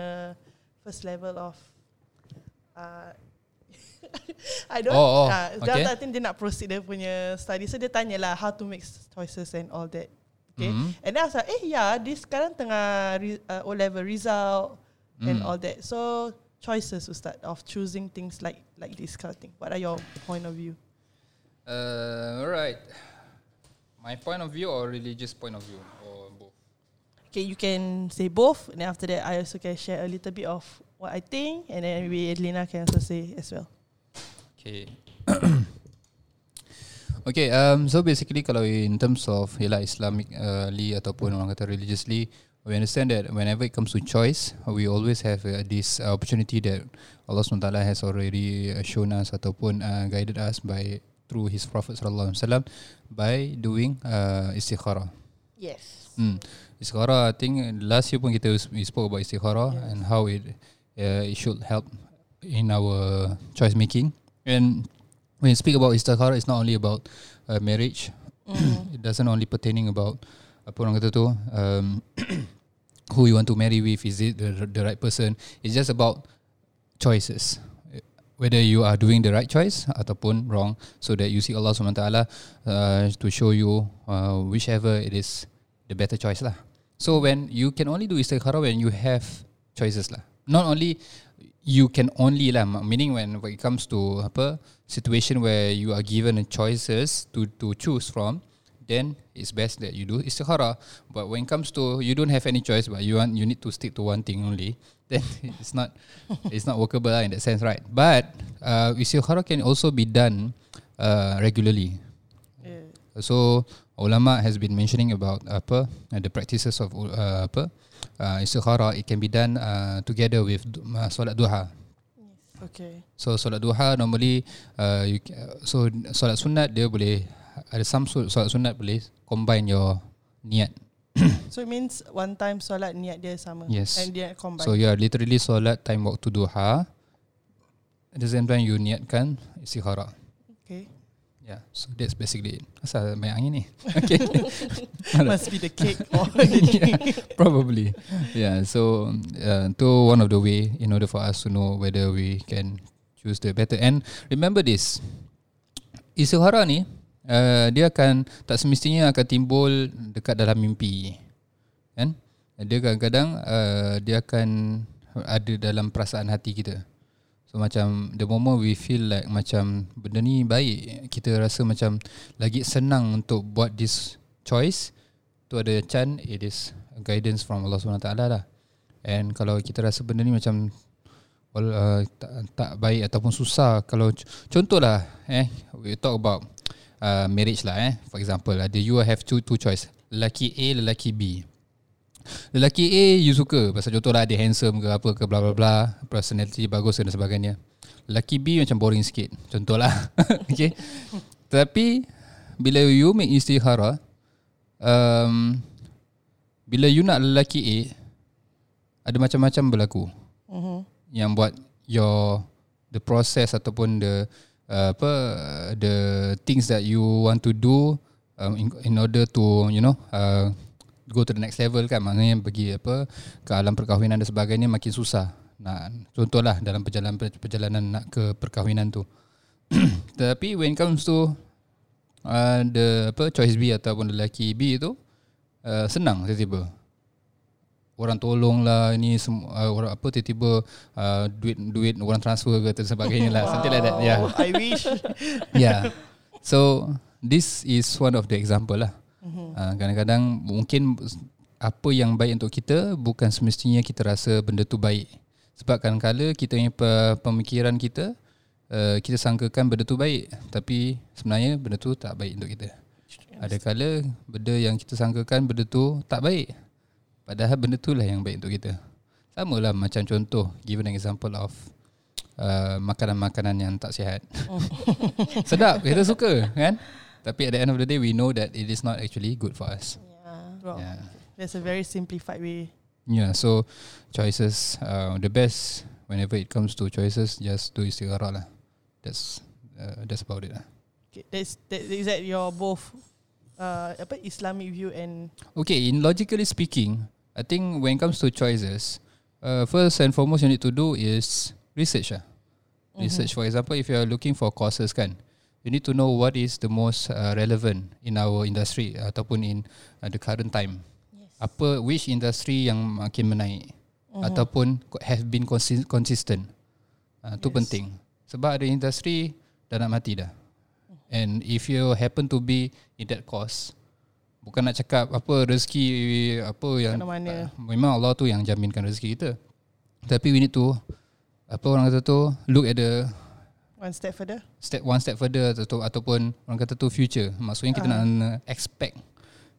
Speaker 1: first level of uh, I don't
Speaker 2: Oh, oh,
Speaker 1: uh, okay.
Speaker 2: okay.
Speaker 1: I think dia nak proceed dia punya study so dia tanyalah how to make choices and all that okay
Speaker 2: Mhm.
Speaker 1: and then I was like eh yeah this sekarang tengah re- uh, O level result and
Speaker 2: Mm.
Speaker 1: all that so choices ustaz of choosing things like like this kind of thing what are your point of view
Speaker 2: uh, alright my point of view or religious point of view or both
Speaker 1: Okay, you can say both, and then after that, I also can share a little bit of what I think, and then maybe Edlina can also say as well.
Speaker 2: Okay. okay, um, so basically kalau in terms of ialah Islamically ataupun orang kata religiously, we understand that whenever it comes to choice, we always have uh, this uh, opportunity that Allah SWT has already uh, shown us ataupun uh, guided us by through His Prophet Sallallahu Alaihi Wasallam by doing uh, istikharah.
Speaker 3: Yes.
Speaker 2: Hmm. Istikhara, I think last year pun kita we spoke about istikhara yes. and how it uh, it should help in our choice making. And when you speak about istikhara, it's not only about uh, marriage. it doesn't only pertaining about apa orang kata tu um, who you want to marry with is it the, the right person it's just about choices whether you are doing the right choice ataupun wrong so that you see Allah SWT uh, to show you uh, whichever it is the better choice lah so when you can only do istikhara when you have choices lah not only you can only lah meaning when, when it comes to apa situation where you are given a choices to to choose from then it's best that you do istikhara. But when it comes to you don't have any choice, but you want you need to stick to one thing only, then it's not it's not workable lah in that sense, right? But uh, istikhara can also be done uh, uh, regularly.
Speaker 1: Yeah.
Speaker 2: So ulama has been mentioning about apa uh, the practices of ul- uh, apa uh, istikhara it can be done uh, together with du- uh, solat duha.
Speaker 1: Okay.
Speaker 2: So solat duha normally uh, you, ca- so solat sunat dia boleh ada some sol- solat sunat boleh combine your niat.
Speaker 1: So it means one time solat niat dia sama.
Speaker 2: Yes.
Speaker 1: And dia combine.
Speaker 2: So you are literally solat time waktu duha. At the same time you niatkan istikhara.
Speaker 1: okay.
Speaker 2: Yeah, so that's basically it. Asal banyak angin ni. Okay. Alright.
Speaker 1: Must be the cake or the
Speaker 2: Probably. Yeah. So uh, to one of the way in order for us to know whether we can choose the better. And remember this, istikhara ni uh, dia akan tak semestinya akan timbul dekat dalam mimpi, kan? Dia kadang-kadang uh, dia akan ada dalam perasaan hati kita. So macam the moment we feel like macam benda ni baik, kita rasa macam lagi senang untuk buat this choice, tu ada chance it is guidance from Allah SWT lah. And kalau kita rasa benda ni macam well, uh, tak, tak baik ataupun susah kalau c- contohlah eh we talk about uh, marriage lah eh for example ada you have two two choice lelaki A lelaki B lelaki A you suka pasal contohlah dia handsome ke apa ke bla bla bla personality bagus ke dan sebagainya lelaki B macam boring sikit contohlah okay tapi bila you make istihara um, bila you nak lelaki A ada macam-macam berlaku yang buat your the process ataupun the uh, apa the things that you want to do um, in, in order to you know uh, go to the next level kan maknanya pergi apa ke alam perkahwinan dan sebagainya makin susah nah contohlah dalam perjalanan perjalanan nak ke perkahwinan tu tapi when comes to uh, the apa choice B ataupun lelaki B tu uh, senang tiba-tiba orang tolong lah ni sem- uh, orang apa tiba-tiba uh, duit duit orang transfer ke dan sebagainya lah something like that yeah
Speaker 1: I wish.
Speaker 2: yeah so this is one of the example lah uh, kadang-kadang mungkin apa yang baik untuk kita bukan semestinya kita rasa benda tu baik sebab kadang-kala kita punya pe- pemikiran kita uh, kita sangkakan benda tu baik tapi sebenarnya benda tu tak baik untuk kita ada kala benda yang kita sangkakan benda tu tak baik Padahal benda tu lah yang baik untuk kita Sama lah macam contoh Given an example of uh, Makanan-makanan yang tak sihat Sedap, kita suka kan Tapi at the end of the day We know that it is not actually good for us
Speaker 3: Ah.
Speaker 1: Wow.
Speaker 2: Yeah,
Speaker 1: That's a very simplified way.
Speaker 2: yeah so Choices uh, The best Whenever it comes to choices Just do istigharah lah That's uh, That's about it lah
Speaker 1: Okay. That's, that, is that your both uh, apa Islamic view and
Speaker 2: Okay, in logically speaking, I think when it comes to choices, uh, first and foremost you need to do is research. ah. Research, for example, if you are looking for courses kan, you need to know what is the most uh, relevant in our industry ataupun in uh, the current time. Apa which industry yang makin menaik ataupun co- have been consi- consistent. Uh, tu penting. Sebab ada industri dah nak mati dah. And if you happen to be in that course, bukan nak cakap apa rezeki apa yang
Speaker 1: Mana-mana.
Speaker 2: tak- memang Allah tu yang jaminkan rezeki kita. Tapi we need to apa orang kata tu look at the
Speaker 1: one step further?
Speaker 2: step one step further atau ataupun orang kata tu future. Maksudnya kita uh. nak nak expect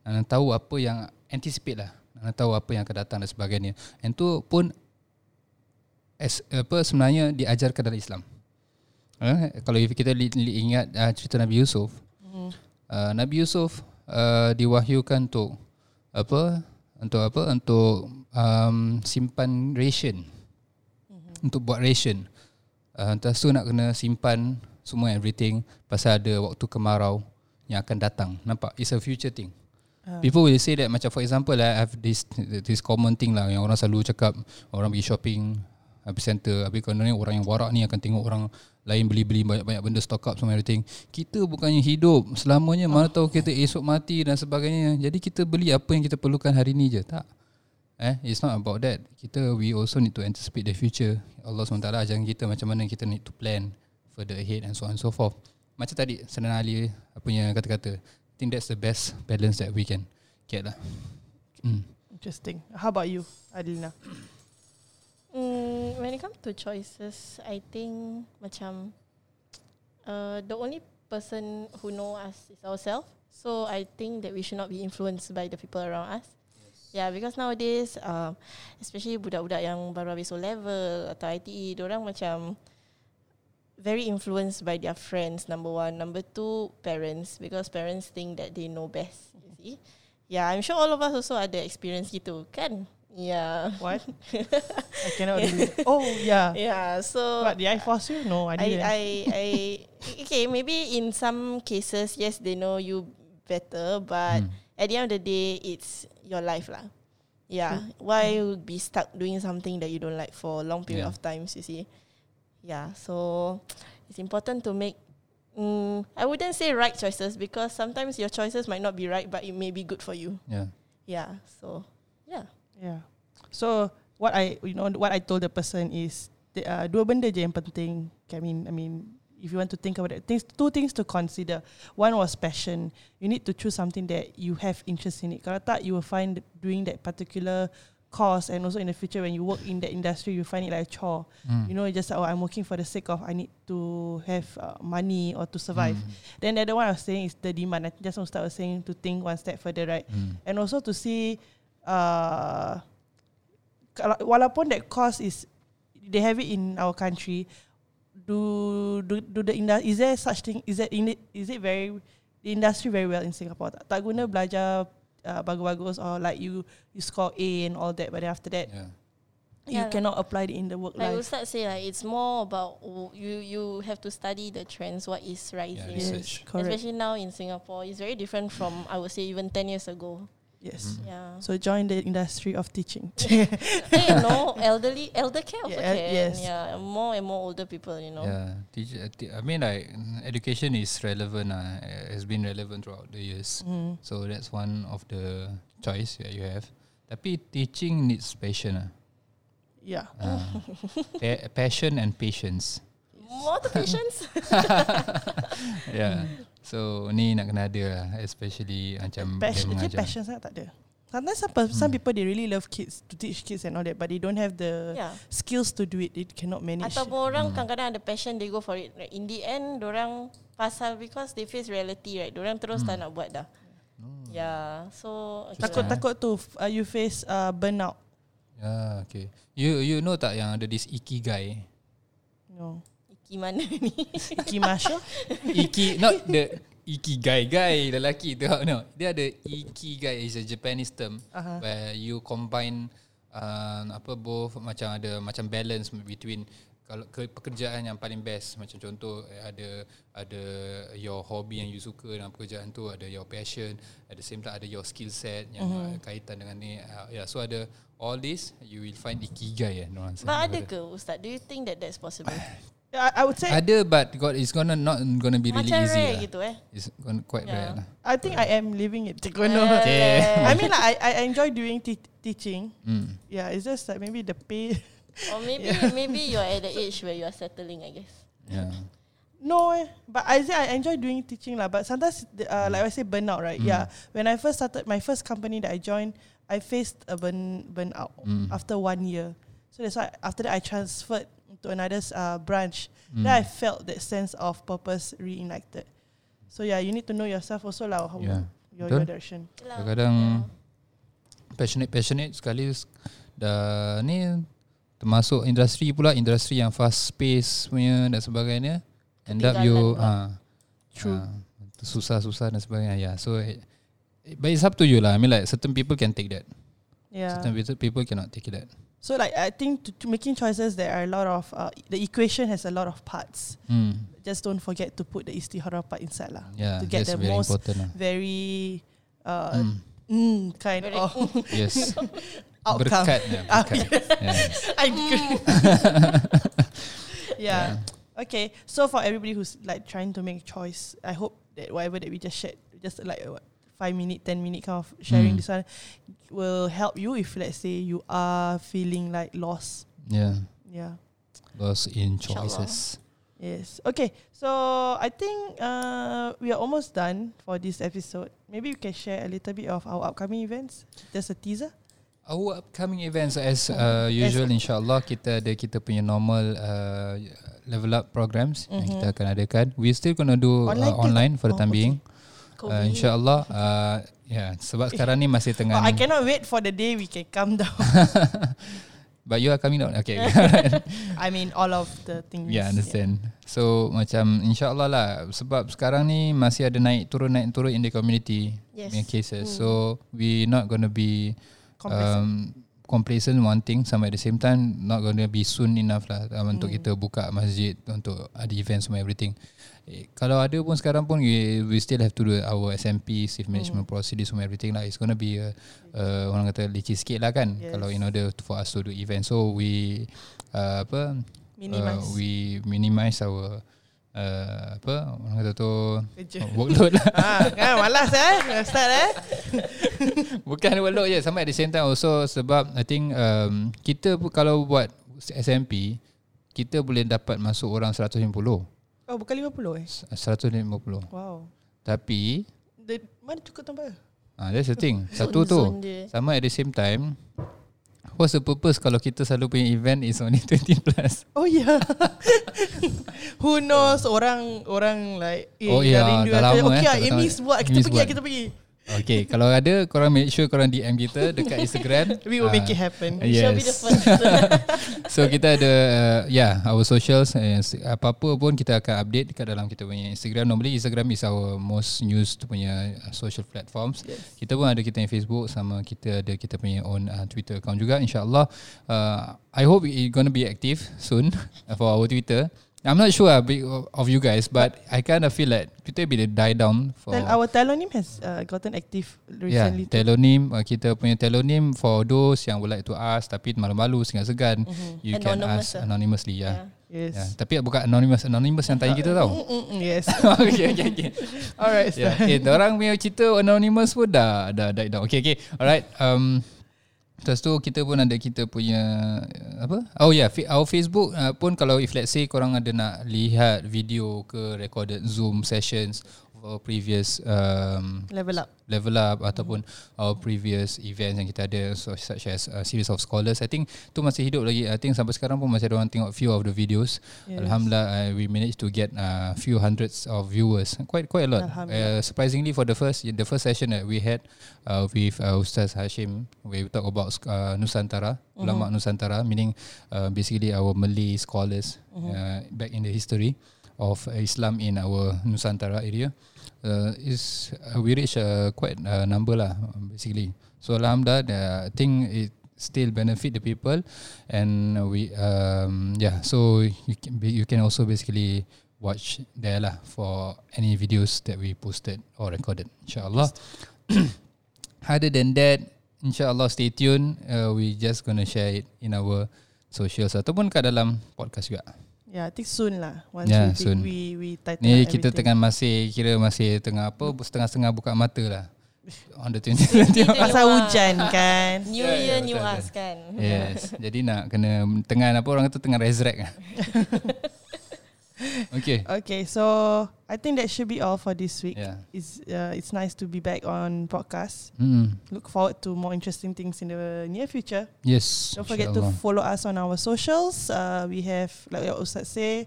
Speaker 2: nak tahu apa yang anticipate lah. Nak tahu apa yang akan datang dan sebagainya. And tu pun as, apa sebenarnya diajarkan dalam Islam. Eh, kalau if kita li, li, ingat uh, cerita Nabi Yusuf, uh, Nabi Yusuf uh, diwahyukan untuk apa? Untuk apa? Untuk um, simpan ration. Untuk buat ration. Uh, lepas tu nak kena simpan semua everything pasal ada waktu kemarau yang akan datang. Nampak? It's a future thing. People will say that macam for example lah, I have this this common thing lah yang orang selalu cakap orang pergi shopping habis center habis kalau ni orang yang warak ni akan tengok orang lain beli-beli banyak-banyak benda stock up semua everything. Kita bukannya hidup selamanya mana tahu kita esok mati dan sebagainya. Jadi kita beli apa yang kita perlukan hari ni je. Tak. Eh, it's not about that. Kita we also need to anticipate the future. Allah SWT ajarkan kita macam mana kita need to plan further ahead and so on and so forth. Macam tadi Senan Ali punya kata-kata. I think that's the best balance that we can get lah. Mm.
Speaker 1: Interesting. How about you, Adilina?
Speaker 3: Mm, when it comes to choices, I think macam uh, the only person who know us is ourselves. So I think that we should not be influenced by the people around us. Yeah, because nowadays, um, especially budak-budak yang baru habis O level atau ITE, orang macam very influenced by their friends. Number one, number two, parents because parents think that they know best. You see, yeah, I'm sure all of us also ada experience gitu, kan? Yeah,
Speaker 1: What? I cannot relate. Oh yeah.
Speaker 3: yeah. So
Speaker 1: But did I force you? No, oh, I
Speaker 3: I,
Speaker 1: didn't.
Speaker 3: I, I, okay, maybe in some cases, yes, they know you better,
Speaker 1: Hmm.
Speaker 2: Hmm.
Speaker 3: but at the end of the day, it's your life lah. Yeah,
Speaker 1: Hmm.
Speaker 3: why you be stuck doing something that you don't like for a long period
Speaker 2: Yeah.
Speaker 3: of times? You see, yeah. So it's important to make. Mm, I wouldn't say right choices because sometimes your choices might not be right, but it may be good for you.
Speaker 2: Yeah.
Speaker 3: Yeah. So yeah.
Speaker 1: Yeah. So what I you know what I told the person is the- uh, dua benda je yang penting. Okay, I mean I mean if you want to think about it, things two things to consider. One was passion. You need to choose something that you have interest in it. Kalau tak, you will find doing that particular course and also in the future when you work in that industry, you find it like a chore.
Speaker 2: Mm.
Speaker 1: You know, just oh, I'm working for the sake of I need to have uh, money or to survive.
Speaker 2: Mm.
Speaker 1: Then the other one I was saying is the demand. I think just now Ustaz was saying to think one step further, right?
Speaker 2: Mm.
Speaker 1: and also to see uh, kalau- walaupun that cost is they have it in our country do do, do the industry is there such thing is that in it, is it very the industry very well in Singapore tak, tak guna belajar uh, bagus-bagus or like you you score A and all that but then after that
Speaker 2: Yeah.
Speaker 1: you
Speaker 3: Yeah.
Speaker 1: cannot apply it in the work
Speaker 3: Like
Speaker 1: life
Speaker 3: Ustaz say, like it's more about w- you. You have to study the trends. What is rising?
Speaker 1: yes
Speaker 2: Yes. research.
Speaker 1: correct
Speaker 3: Especially now in Singapore, it's very different from I would say even ten years ago.
Speaker 1: yes
Speaker 3: Yeah.
Speaker 1: so join the industry of teaching
Speaker 3: hey, no, elderly, elder care also
Speaker 1: Yeah,
Speaker 3: can.
Speaker 1: yes.
Speaker 3: Yeah, more and more older people, you know.
Speaker 2: Yeah, teach, uh, t- I mean like mm, education is relevant. Uh, uh, has been relevant throughout the years.
Speaker 1: Mm.
Speaker 2: So that's one of the choice that you have. Tapi teaching needs passion. ah.
Speaker 1: yeah
Speaker 2: Ah. Pa- passion and patience.
Speaker 3: More to patients.
Speaker 2: yeah. So ni nak kena ada lah, especially macam dia
Speaker 1: passion, dia
Speaker 2: mengajar.
Speaker 1: passion sangat tak ada. Sometimes some, pe- some people they really love kids to teach kids and all that, but they don't have the
Speaker 3: yeah.
Speaker 1: skills to do it. They cannot manage.
Speaker 3: Ataupun
Speaker 2: Mm.
Speaker 3: orang kadang-kadang ada passion, they go for it. Right? In the end, orang pasal because they face reality, right? Orang
Speaker 2: Mm.
Speaker 3: terus tak nak buat dah.
Speaker 2: Oh.
Speaker 3: Yeah. So okay
Speaker 1: Takut
Speaker 3: lah.
Speaker 1: takut tu uh, you face uh, burnout.
Speaker 2: Yeah, Ah, okay. You you know tak yang ada this ikigai?
Speaker 1: No,
Speaker 3: Iki mana ni?
Speaker 1: Iki Masha.
Speaker 2: Iki not the ikigai guy lelaki tu no. Dia ada ikigai is a Japanese term
Speaker 1: Aha.
Speaker 2: where you combine um, apa both macam ada macam balance between kalau ke, pekerjaan yang paling best macam contoh eh, ada ada your hobby yang you suka dalam pekerjaan tu ada your passion at the same time ada your skill set yang mm-hmm. kaitan dengan ni uh, yeah so ada all this you will find ikigai eh no
Speaker 3: But ada ke Ustaz? Do you think that that's possible?
Speaker 1: Yeah, I, I would say
Speaker 2: ada but god it's gonna not gonna be really easy
Speaker 3: Macam
Speaker 2: ah?
Speaker 3: rare
Speaker 2: lah.
Speaker 3: gitu eh.
Speaker 2: It's gonna quite rare
Speaker 3: Yeah.
Speaker 2: lah.
Speaker 1: I think I am living it. Cikgu no.
Speaker 3: Eh,
Speaker 1: I mean, like, I I enjoy doing te- teaching.
Speaker 2: Hmm,
Speaker 1: Yeah, it's just like maybe the pay.
Speaker 3: Or maybe maybe you're at the age where you are settling, I guess.
Speaker 2: Yeah.
Speaker 1: No, eh. but I say I enjoy doing teaching lah. But sometimes, the- uh, like I say, burnout, right? Yeah. When I first started my first company that I joined, I faced a burn burnout after one year. So that's why after that I transferred to another uh, branch. Then I felt that sense of purpose reenacted. So yeah, you need to know yourself also lah. How
Speaker 2: Yeah.
Speaker 1: Your, your
Speaker 2: Betul.
Speaker 1: direction.
Speaker 2: Kadang-kadang uh, passionate passionate sekali s- dah ni termasuk industri pula industri yang fast pace punya dan sebagainya end up
Speaker 3: Ketinggalan
Speaker 2: you
Speaker 3: pula.
Speaker 2: ah
Speaker 1: True.
Speaker 2: ah, susah-susah dan sebagainya yeah so it, it- but it's up to you lah I mean like certain people can take that
Speaker 1: Yeah.
Speaker 2: certain people- people cannot take that
Speaker 1: So like I think to, to making choices, there are a lot of uh, the equation has a lot of parts.
Speaker 2: hmm
Speaker 1: Just don't forget to put the istihara part inside lah.
Speaker 2: yeah
Speaker 1: To get the
Speaker 2: that's very
Speaker 1: most
Speaker 2: important lah
Speaker 1: very uh,
Speaker 2: Hmm.
Speaker 1: mm, kind
Speaker 3: Very
Speaker 1: of
Speaker 2: yes
Speaker 1: outcome. Ah,
Speaker 2: berkat yeah, berkat yeah.
Speaker 1: I yeah. Okay. So for everybody who's like trying to make choice, I hope that whatever that we just shared, just like what, five minute, ten minute kind of sharing
Speaker 2: Mm.
Speaker 1: this one, will help you if let's say you are feeling like lost.
Speaker 2: yeah
Speaker 1: Yeah.
Speaker 2: lost in
Speaker 3: Inshallah.
Speaker 2: choices
Speaker 1: Yes. Okay. So I think uh, we are almost done for this episode. Maybe we can share a little bit of our upcoming events. Just a teaser.
Speaker 2: Our upcoming events as uh, usual insyaallah kita ada kita punya normal uh, level up programs mm-hmm. yang kita akan adakan. We still gonna
Speaker 1: Mhm.
Speaker 2: do online,
Speaker 1: Online
Speaker 2: uh,
Speaker 1: ke?
Speaker 2: online for the
Speaker 1: Oh,
Speaker 2: time
Speaker 1: okay.
Speaker 2: being. Uh, insyaallah uh, ya yeah, sebab sekarang ni masih
Speaker 1: Oh,
Speaker 2: tengah
Speaker 1: I
Speaker 2: ni.
Speaker 1: cannot wait for the day we can come down.
Speaker 2: But you are coming out. Okay.
Speaker 1: I mean, all of the things.
Speaker 2: yeah, understand. So macam insyaallah lah sebab sekarang ni masih ada naik turun naik turun in the community
Speaker 3: Yes.
Speaker 2: punya cases.
Speaker 1: Hmm.
Speaker 2: So we not gonna be
Speaker 1: Complacent.
Speaker 2: um, complacent one thing sama at the same time not gonna be soon enough lah um,
Speaker 1: Hmm.
Speaker 2: untuk kita buka masjid untuk ada event semua everything. Eh, kalau ada pun sekarang pun we, we still have to do our SMP safe
Speaker 1: Hmm.
Speaker 2: management procedure semua everything lah it's gonna be a, uh, orang kata licin sikit lah kan
Speaker 1: Yes.
Speaker 2: kalau in order for us to do event so we uh, apa
Speaker 1: Minimise.
Speaker 2: uh, we minimize our uh, apa orang kata tu
Speaker 1: Kerja.
Speaker 2: workload lah
Speaker 1: Ah, kan malas eh Ustaz eh
Speaker 2: Bukan workload je Sama at the same time also Sebab I think um, Kita pu- kalau buat SMP Kita boleh dapat masuk orang 150 150
Speaker 1: Oh bukan 50 eh Wow
Speaker 2: Tapi
Speaker 1: The, Mana cukup tempat
Speaker 2: ah, That's the thing Satu tu
Speaker 3: Zone dia.
Speaker 2: Sama at the same time What's the purpose Kalau kita selalu punya event Is only 20 plus
Speaker 1: Oh yeah Who knows Orang Orang like eh,
Speaker 2: Oh, ya,
Speaker 1: rindu
Speaker 2: dah
Speaker 1: aku.
Speaker 2: lama,
Speaker 1: Okay
Speaker 2: eh,
Speaker 1: lah
Speaker 2: tak
Speaker 1: Amy
Speaker 2: datang.
Speaker 1: buat Kita
Speaker 2: Amy's
Speaker 1: pergi lah
Speaker 2: buat.
Speaker 1: Kita pergi
Speaker 2: Okay Kalau ada Korang make sure Korang DM kita Dekat Instagram
Speaker 1: We will
Speaker 2: Ah,
Speaker 1: make it happen
Speaker 2: Yes.
Speaker 3: She'll be the first person.
Speaker 2: So kita ada uh, yeah our socials uh, apa-apa pun kita akan update dekat dalam kita punya Instagram. Normally Instagram is our most used punya uh, social platforms. Yes. Kita pun ada kita yang Facebook sama kita ada kita punya own uh, Twitter account juga insya-Allah. Uh, I hope it going to be active soon for our Twitter. I'm not sure uh, be- of you guys but I kind of feel that Twitter be the die down for
Speaker 1: Tel- Our telonym has uh, gotten active Recently
Speaker 2: Yeah, telonym Ya, uh, kita punya telonym for those yang would like to ask tapi malu-malu segan-segan mm-hmm. you
Speaker 3: Anonymous
Speaker 2: can ask
Speaker 3: lah.
Speaker 2: anonymously ya. Yeah.
Speaker 3: Yeah.
Speaker 1: Yes
Speaker 2: Yeah, tapi bukan anonymous anonymous yang tanya kita tau.
Speaker 1: Mm-mm, Yes
Speaker 2: okay okay okay.
Speaker 1: Alright
Speaker 2: Yeah.
Speaker 1: Ustaz
Speaker 2: Eh, orang punya cerita anonymous pun dah dah die down. Okay okay. Alright. Um Lepas tu kita pun ada kita punya uh, apa? Oh ya, yeah, fa- our Facebook uh, pun kalau if let's say korang ada nak lihat video ke recorded Zoom sessions or previous um,
Speaker 1: Level up
Speaker 2: level up ataupun our previous events yang kita ada so, such as uh, series of scholars I think tu masih hidup lagi I think sampai sekarang pun masih ada orang tengok few of the videos yes.
Speaker 1: Yes.
Speaker 2: alhamdulillah uh, we managed to get uh, few hundreds of viewers quite quite a lot
Speaker 1: Alhamdulillah.
Speaker 2: uh, surprisingly for the first the first session that we had uh, with uh, Ustaz Hashim we talk about uh, Nusantara ulama Nusantara meaning uh, basically our Malay scholars uh, back in the history of Islam in our Nusantara area uh, is uh, we reach uh, quite a number lah um, basically. So alhamdulillah, the thing it still benefit the people, and we um yeah. So you can be, you can also basically watch there lah for any videos that we posted or recorded. Insyaallah. Other than that, insyaallah stay tuned. Uh, we just gonna share it in our socials ataupun kat dalam podcast juga.
Speaker 1: Yeah I think soon lah Once
Speaker 2: Yeah,
Speaker 1: we, think
Speaker 2: soon.
Speaker 1: we we tighten up
Speaker 2: Ni kita
Speaker 1: everything.
Speaker 2: tengah masih kira masih tengah apa setengah-setengah buka mata lah. On the 2020.
Speaker 1: Pasal hujan kan
Speaker 3: New
Speaker 2: Yeah, yeah,
Speaker 3: year, new
Speaker 2: betul, Eh.
Speaker 3: us kan.
Speaker 2: Yes. Jadi nak kena tengah apa orang kata tengah resurrect lah. okay.
Speaker 1: Okay, so I think that should be all for this week.
Speaker 2: Yeah.
Speaker 1: It's uh, it's nice to be back on podcast.
Speaker 2: Hmm.
Speaker 1: Look forward to more interesting things in the near future.
Speaker 2: Yes.
Speaker 1: Don't forget to follow us on our socials. Uh, we have like what Ustaz say,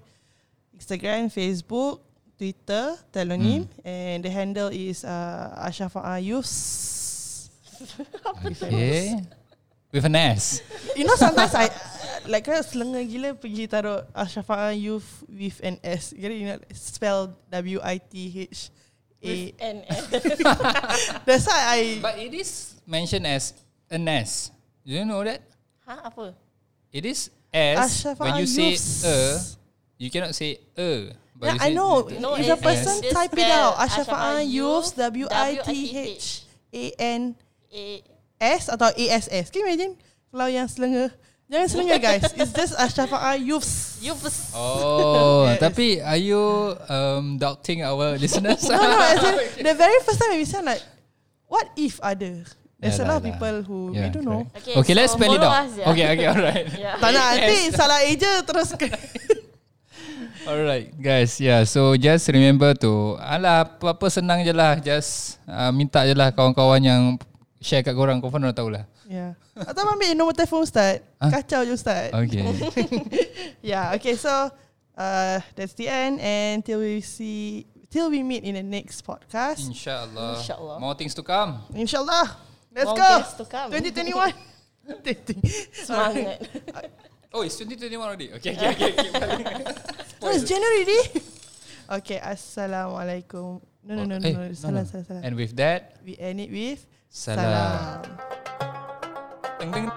Speaker 1: Instagram, Facebook, Twitter, Telonym, and the handle is uh, Ashafa Ayus.
Speaker 2: Okay. With an S.
Speaker 1: You know sometimes I like kan selenga gila pergi taruh Ashafa Ayuf with an S. Jadi you know spell W I T H A.
Speaker 3: With an N.
Speaker 1: That's why I
Speaker 2: But it is mentioned as an S. Do you know that?
Speaker 3: Ha apa?
Speaker 2: It is S.
Speaker 1: Ashraf
Speaker 2: when you say
Speaker 1: Ayus.
Speaker 2: a, you cannot say a. But
Speaker 1: yeah,
Speaker 2: you
Speaker 1: I
Speaker 2: say- E,
Speaker 1: know.
Speaker 3: No,
Speaker 1: if a
Speaker 3: it's-
Speaker 1: person
Speaker 3: it's
Speaker 1: type it
Speaker 3: spell
Speaker 1: out,
Speaker 3: Ashraf
Speaker 1: Ashafa Ayuf
Speaker 3: Ayuf,
Speaker 1: W I T H A N
Speaker 3: A
Speaker 1: S atau A S S. Can you imagine kalau yang selenga? Jangan selenga guys. It's just Ashafa Ayuf.
Speaker 3: you first.
Speaker 2: Oh,
Speaker 1: Yes.
Speaker 2: tapi are you um, doubting our listeners?
Speaker 1: No, no. As in, the very first time we sound like, what if ada? There's
Speaker 2: Yeah
Speaker 1: a lot
Speaker 2: lah,
Speaker 1: of
Speaker 2: lah.
Speaker 1: people who we
Speaker 2: Yeah,
Speaker 1: don't know.
Speaker 2: correct. Okay,
Speaker 3: Okay,
Speaker 2: let's
Speaker 3: so
Speaker 2: spell it
Speaker 3: follow
Speaker 2: out.
Speaker 3: us, yeah.
Speaker 2: Okay, okay, alright.
Speaker 3: Yeah.
Speaker 1: Tak nak nanti
Speaker 2: Yes.
Speaker 1: salah eja terus ke-
Speaker 2: Alright guys, yeah. So just remember to, alah apa-apa senang je lah. Just uh, minta je lah kawan-kawan yang share kat korang. Kau pun orang tahu lah.
Speaker 1: Yeah. Atau ambil nombor telefon Ustaz.
Speaker 2: Ah.
Speaker 1: Kacau je Ustaz.
Speaker 2: Okay.
Speaker 1: Yeah, okay, so uh, that's the end and till we see till we meet in the next podcast.
Speaker 2: InsyaAllah.
Speaker 3: InsyaAllah.
Speaker 2: More things to come.
Speaker 1: Inshallah. Let's
Speaker 3: More
Speaker 1: go.
Speaker 3: guests to come.
Speaker 1: 2021. Dating.
Speaker 3: Semangat.
Speaker 2: Oh, it's 2021 already. Okay, okay, okay. okay. balik.
Speaker 1: Oh, it's January already. okay, assalamualaikum. No, no, no, no,
Speaker 2: Eh,
Speaker 1: no. Salah, salah, salah.
Speaker 2: And with that,
Speaker 1: We end it with
Speaker 2: salam.
Speaker 1: salam.
Speaker 2: Ding, ding.